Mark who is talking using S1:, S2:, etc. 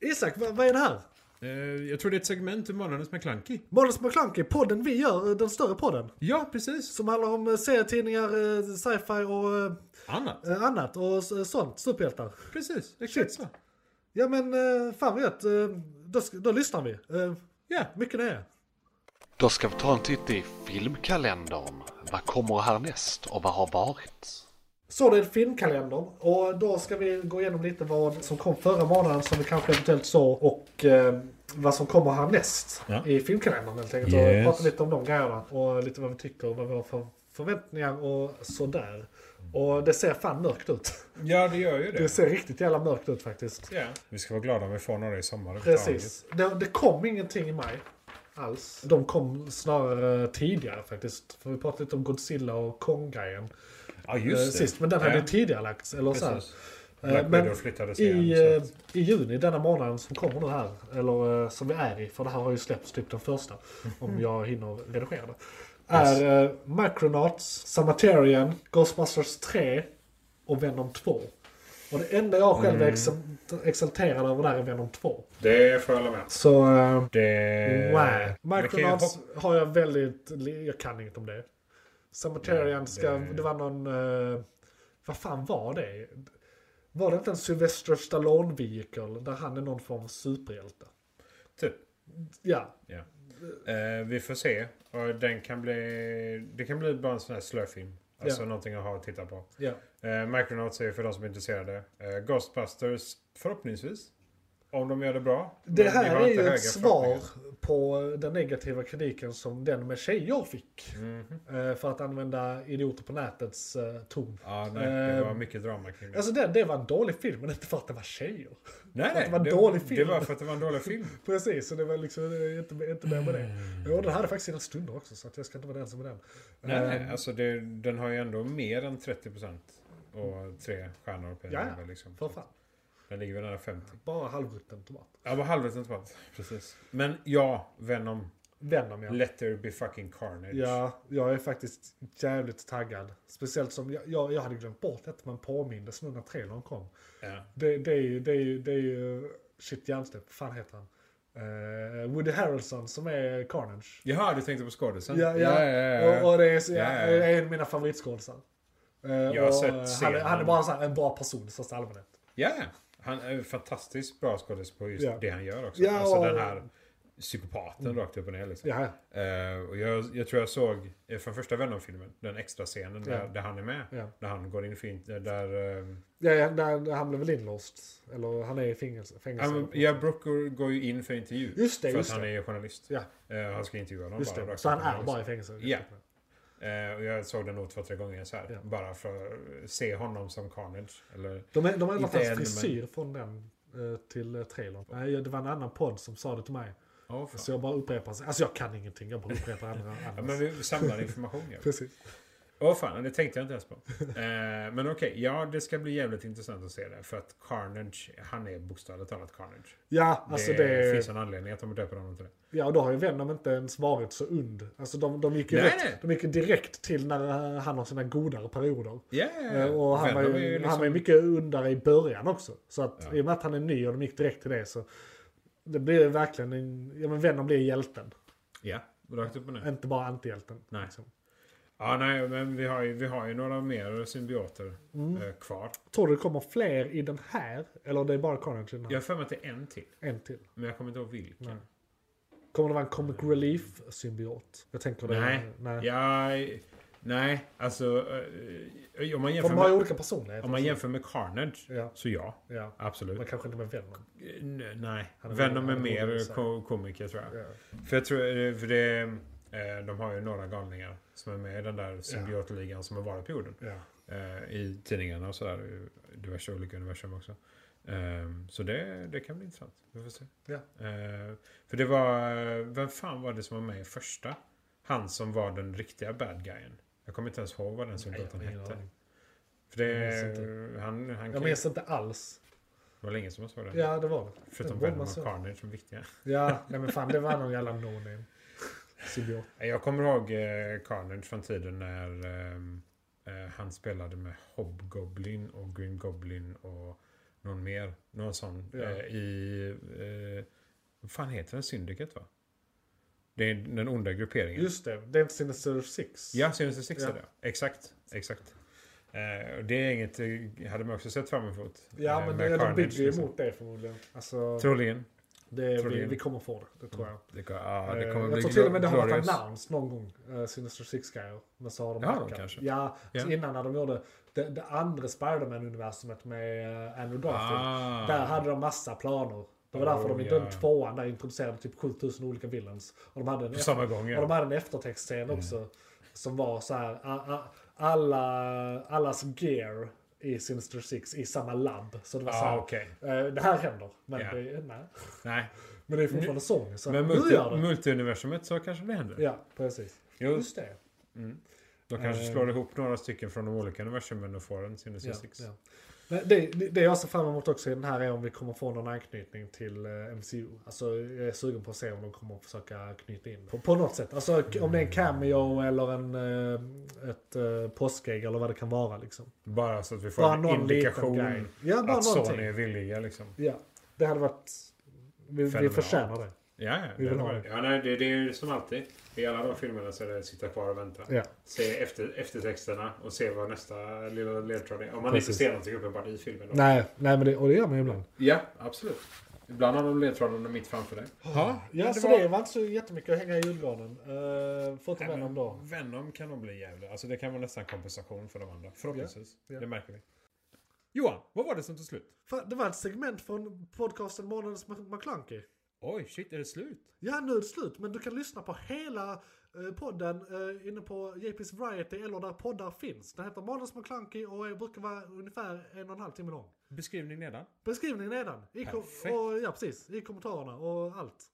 S1: Isak, vad, vad är det här?
S2: Eh, jag tror det är ett segment ur Månadens McKlunky.
S1: Månads McKlunky, podden vi gör, eh, den större podden.
S2: Ja, precis.
S1: Som handlar om eh, serietidningar, eh, sci-fi och eh,
S2: Annat.
S1: eh, annat och s- sånt, superhjältar.
S2: Precis, exakt
S1: Shit.
S2: så.
S1: Ja men eh, fan vad gött, eh, då, sk- då lyssnar vi. Eh,
S2: Ja,
S1: Mycket nöje.
S3: Då ska vi ta en titt i filmkalendern. Vad kommer härnäst och vad har varit?
S1: Så det är filmkalendern och då ska vi gå igenom lite vad som kom förra månaden som vi kanske eventuellt såg och eh, vad som kommer härnäst
S2: Ja.
S1: i filmkalendern helt enkelt.
S2: Yes.
S1: Och prata lite om de grejerna och lite vad vi tycker och vad vi har för förväntningar och sådär. Och det ser fan mörkt ut.
S2: ja det gör ju
S1: Det
S2: det.
S1: ser riktigt jävla mörkt ut faktiskt.
S2: Ja. Vi ska vara glada om vi får några i sommar. överhuvudtaget.
S1: Precis. Det, det kom ingenting i maj. Alls. De kom snarare tidigare faktiskt. För vi pratade lite om Godzilla och Kong-grejen.
S2: Ja,
S1: eh,
S2: just det.
S1: sist. Men den hade
S2: ja.
S1: ju tidigare lagts. Eller så här.
S2: Precis.
S1: Eh,
S2: Black
S1: men
S2: Widow flyttades igen.
S1: I,
S2: så
S1: eh,
S2: att-
S1: I juni denna månaden som kommer nu här, eller eh, som vi är i, för det här har ju släppts typ den första,
S2: Mhm.
S1: om jag hinner redigera det. Är eh, Micronauts, Samaterian, Ghostbusters 3 och Venom 2. Och det enda jag själv
S2: Mm.
S1: är exalt- exalterad över där är Venom 2.
S2: Det får jag hålla med om.
S1: Så, eh,
S2: Det...
S1: wow.
S2: det kan ju
S1: Micronauts
S2: hoppa-
S1: har jag väldigt, li- jag kan inget om det. Samaterian ska,
S2: det-
S1: det, var någon, eh, vad fan var det? Var det inte en Sylvester stallone vehicle där han är någon form av superhjälte?
S2: Typ.
S1: Ja,
S2: Ja. Eh, vi får se. Och den kan bli... Det kan bli bara en sån här slöfilm. Alltså
S1: Ja.
S2: någonting att ha och titta på.
S1: ja.
S2: Eh, Micronauts är ju för de som är intresserade. Eh, Ghostbusters förhoppningsvis. Om de gör det bra.
S1: Det
S2: Men vi
S1: här
S2: har
S1: är
S2: inte
S1: ju
S2: höga
S1: ett svar
S2: förhoppningar.
S1: på den negativa kritiken som den med tjejer fick.
S2: Mhm.
S1: Eh, För att använda idioter på nätets eh, ton.
S2: Ja, nej, det
S1: Eh,
S2: var mycket drama kring det.
S1: Alltså det, det var en dålig film, men inte för att det var tjejer.
S2: nej,
S1: att det var en
S2: det,
S1: dålig film.
S2: det var för att det var en dålig film.
S1: Precis, så det var liksom eh, inte, inte med med det. Och den hade faktiskt sina stunder också, så att jag ska inte vara den som är den.
S2: nej,
S1: Eh,
S2: nej, alltså det, den har ju ändå mer än 30% och tre stjärnor på
S1: Ja,
S2: den. Liksom.
S1: För fan,
S2: Den ligger väl nära 50.
S1: bara halvrutten tomat.
S2: Ja, var halvrätt inte bara. Precis. Men ja, Venom.
S1: Venom ja.
S2: Let there be fucking carnage.
S1: Ja, jag är faktiskt jävligt taggad. Speciellt som jag, jag, jag hade glömt bort detta men påmindes nu när trailern kom.
S2: Ja.
S1: Det, det, är ju- det, är ju- det är ju... Shit Järnstedt, vad fan heter han? Eh, Woody Harrelson som är Carnage.
S2: Jaha, du tänkte på skådisen?
S1: Ja, ja. Och, och det är, så, ja,
S2: Mm. Ja, ja.
S1: det är en av mina favoritskådisar. Eh,
S2: Jag har
S1: och,
S2: sett
S1: eh, han, är-
S2: scenen.
S1: han är bara så här, en bra person i största allmänhet.
S2: Ja, ja. han är ju fantastiskt bra skådis på just
S1: Ja.
S2: det han gör också.
S1: Ja,
S2: alltså
S1: och-
S2: den här psykopaten rakt upp och ner liksom.
S1: Ja,
S2: Eh, och jag, jag tror jag såg eh, från första Venom-filmen, den extra scenen där,
S1: Ja.
S2: där han är med.
S1: Ja.
S2: Där han går in fint, eh, där... eh,
S1: ja, ja där, han blev väl inlåst. Eller han är i fängelse.
S2: ja,
S1: fängelse
S2: men- ja, Brooker går ju in för intervju.
S1: Just det,
S2: för
S1: just
S2: att han
S1: det.
S2: är journalist.
S1: Ja,
S2: Eh, han ska intervjua honom
S1: just
S2: bara.
S1: det.
S2: rakt
S1: Så han
S2: upp och ner,
S1: är
S2: liksom.
S1: bara i fängelse.
S2: Ja. Eh, och jag såg den nog två, tre gånger så här.
S1: Ja.
S2: Bara för att se honom som Carnage. Eller,
S1: De, är- de har ändrat
S2: Inte
S1: hans
S2: än, men-
S1: frisyr från den eh, till eh, trailern. Nej, ja, det var en annan podd som sa det till mig.
S2: oh,
S1: Så jag bara upprepar. Alltså jag kan ingenting. Jag bara upprepar andra. andras.
S2: ja, men vi samlar information. ja.
S1: Precis.
S2: Åh fan, det tänkte jag inte ens på. Eh, men okej, ja det ska bli jävligt intressant att se det. För att Carnage, han är bokstavligt talat Carnage.
S1: Ja, alltså
S2: det,
S1: det... är-
S2: finns en anledning att de döper honom till det.
S1: Ja, och då har ju Venom inte ens varit så und. Alltså de, de, gick ju
S2: Nej,
S1: rätt,
S2: nej.
S1: de gick ju direkt till när eh, han har sina godare perioder.
S2: Ja,
S1: Eh, Och han var, ju, han
S2: liksom-
S1: var ju mycket undare i början också. Så att i och med att han är ny och de gick direkt till det så det blir verkligen en, ja men Venom blir hjälten.
S2: Ja, rakt upp och ner.
S1: Inte bara antihjälten.
S2: Nej.
S1: liksom.
S2: Ja, nej, men vi har ju, vi har ju några mer symbioter
S1: Mm.
S2: eh, kvar.
S1: Tror du det kommer fler i den här? Eller det är bara Carnage i den här?
S2: Jag har för mig att det är en till.
S1: En till.
S2: Men jag kommer inte ihåg vilken.
S1: Nej. Kommer det vara en Comic Relief-symbiot? Jag tänker det.
S2: Nej.
S1: nej.
S2: Ja, nej, alltså... eh, om man
S1: För
S2: jämför
S1: de har ju
S2: med,
S1: olika personligheter.
S2: om man
S1: också.
S2: jämför med Carnage,
S1: Ja.
S2: så ja.
S1: ja.
S2: Absolut.
S1: Men kanske inte med Venom.
S2: Eh, n- Nej,
S1: Han är-
S2: Venom är
S1: han är rolig,
S2: mer
S1: så här.
S2: ko- komiker tror jag.
S1: Ja.
S2: För jag tror, eh, för det, eh, de har ju några galningar som är med i den där symbiotligan som har varit på jorden.
S1: Ja.
S2: Eh, I tidningarna och sådär. i Diverse olika universum också. Eh, Så det, det kan bli intressant. Vi får se.
S1: Ja.
S2: Eh, För det var, eh, vem fan var det som var med i första? Han som var den riktiga bad guyen. Jag kommer inte ens ihåg vad den soldaten
S1: jag har ingen
S2: hette.
S1: aning.
S2: För det,
S1: Jag minns inte.
S2: han, han
S1: Jag
S2: kan, det
S1: minns inte alls.
S2: var länge som jag såg den.
S1: Ja, det var det.
S2: Förutom
S1: Det var
S2: Venom och
S1: massa-
S2: Carnage som viktiga.
S1: Ja, nej men fan det var någon jävla no-name. Symbiot.
S2: Jag kommer ihåg eh, Carnage från tiden när ehm, eh, han spelade med Hobgoblin och Green Goblin och någon mer. Någon sån
S1: Ja.
S2: eh, i... Eh, vad fan heter den? Syndicate va? Det är den onda grupperingen.
S1: Just det, det är inte Sinister Six.
S2: Ja, Sinister Six
S1: Ja.
S2: är det. Exakt. Exakt. Eh, och det är inget eh, hade man också sett fram emot.
S1: Ja,
S2: Eh,
S1: men
S2: med
S1: det, de
S2: Carnage,
S1: bygger ju
S2: liksom.
S1: emot det förmodligen. Alltså,
S2: Troligen.
S1: det, vi,
S2: troligen.
S1: vi kommer få det, det tror jag.
S2: Det, kan- ja, det kommer
S1: Eh,
S2: bli
S1: jag tror till och med det har varit
S2: glorious.
S1: announced någon gång, eh, Sinister Six-grejer. Men så har de
S2: Det har de
S1: hackat.
S2: kanske.
S1: Ja,
S2: Ja.
S1: så innan när de gjorde det, det andra Spiderman-universumet med eh, Andrew Garfield.
S2: Ah.
S1: Där hade de massa planer. Det var därför
S2: Oh,
S1: de i
S2: ja.
S1: den tvåan där introducerade typ 7000 olika villains. Och de hade en,
S2: På samma gång,
S1: och de
S2: ja. Mm.
S1: hade en eftertextscen också. Som var så här, a, a, alla, allas gear i Sinister Six i samma labb. Så det var så
S2: Ah,
S1: här,
S2: okej.
S1: eh, det här händer. Men,
S2: Ja.
S1: det, nej.
S2: Nej.
S1: men det är fortfarande Sony. Så
S2: Men
S1: nu gör
S2: multi,
S1: det.
S2: multiuniversumet så kanske det händer.
S1: Ja, precis.
S2: Jo,
S1: Just det.
S2: de kanske slår ihop några stycken från de olika universumen och får en Sinister
S1: Eh. Ja,
S2: Six.
S1: ja. Men det, det det jag ser fram emot också i den här är om vi kommer få någon anknytning till eh, MCU. Alltså jag är sugen på att se om de kommer att försöka knyta in på, på något sätt. Alltså k- om det är en cameo eller en, eh, ett eh, påskägg eller vad det kan vara liksom.
S2: Bara så att vi får
S1: Bara
S2: en
S1: någon
S2: indikation
S1: liten grej. Ja, bara
S2: att
S1: någonting.
S2: Sony är villiga liksom.
S1: Ja, det hade varit... Vi, vi
S2: Fenomenalt.
S1: förtjänar det.
S2: Ja, ja,
S1: Vi
S2: det,
S1: vill
S2: hade
S1: ha
S2: varit-
S1: det.
S2: ja nej, det, det är ju som alltid. I alla de filmerna så är det sitta kvar och vänta.
S1: Ja.
S2: Se efter, eftertexterna och se vad nästa lilla ledtråd är. Om man
S1: Precis.
S2: inte ser någonting uppenbart i filmen. då.
S1: Nej, nej men det, och det gör man ju ibland.
S2: Ja, absolut. Ibland har de ledtrådarna mitt framför dig. Ja,
S1: Ja, så det var inte så jättemycket att hänga i julgranen. Uh, förutom
S2: Nej,
S1: en
S2: men
S1: dag.
S2: Venom kan nog bli jävla. Alltså det kan vara nästan kompensation för de andra. Förhoppningsvis.
S1: Ja, ja.
S2: Det märker vi. Johan, vad var det som tog slut?
S1: Fan, Det var ett segment från podcasten Månadens McClunky.
S2: Oj, shit, är det slut?
S1: Ja, nu är det slut, men du kan lyssna på hela eh, podden eh, inne på JP's Variety eller där poddar finns. Den heter Manus McClunky och eh, brukar vara ungefär en och en halv timme lång.
S2: Beskrivning nedan.
S1: Beskrivningen nedan, i, kom-
S2: Perfekt.
S1: och, ja, precis, i kommentarerna och allt.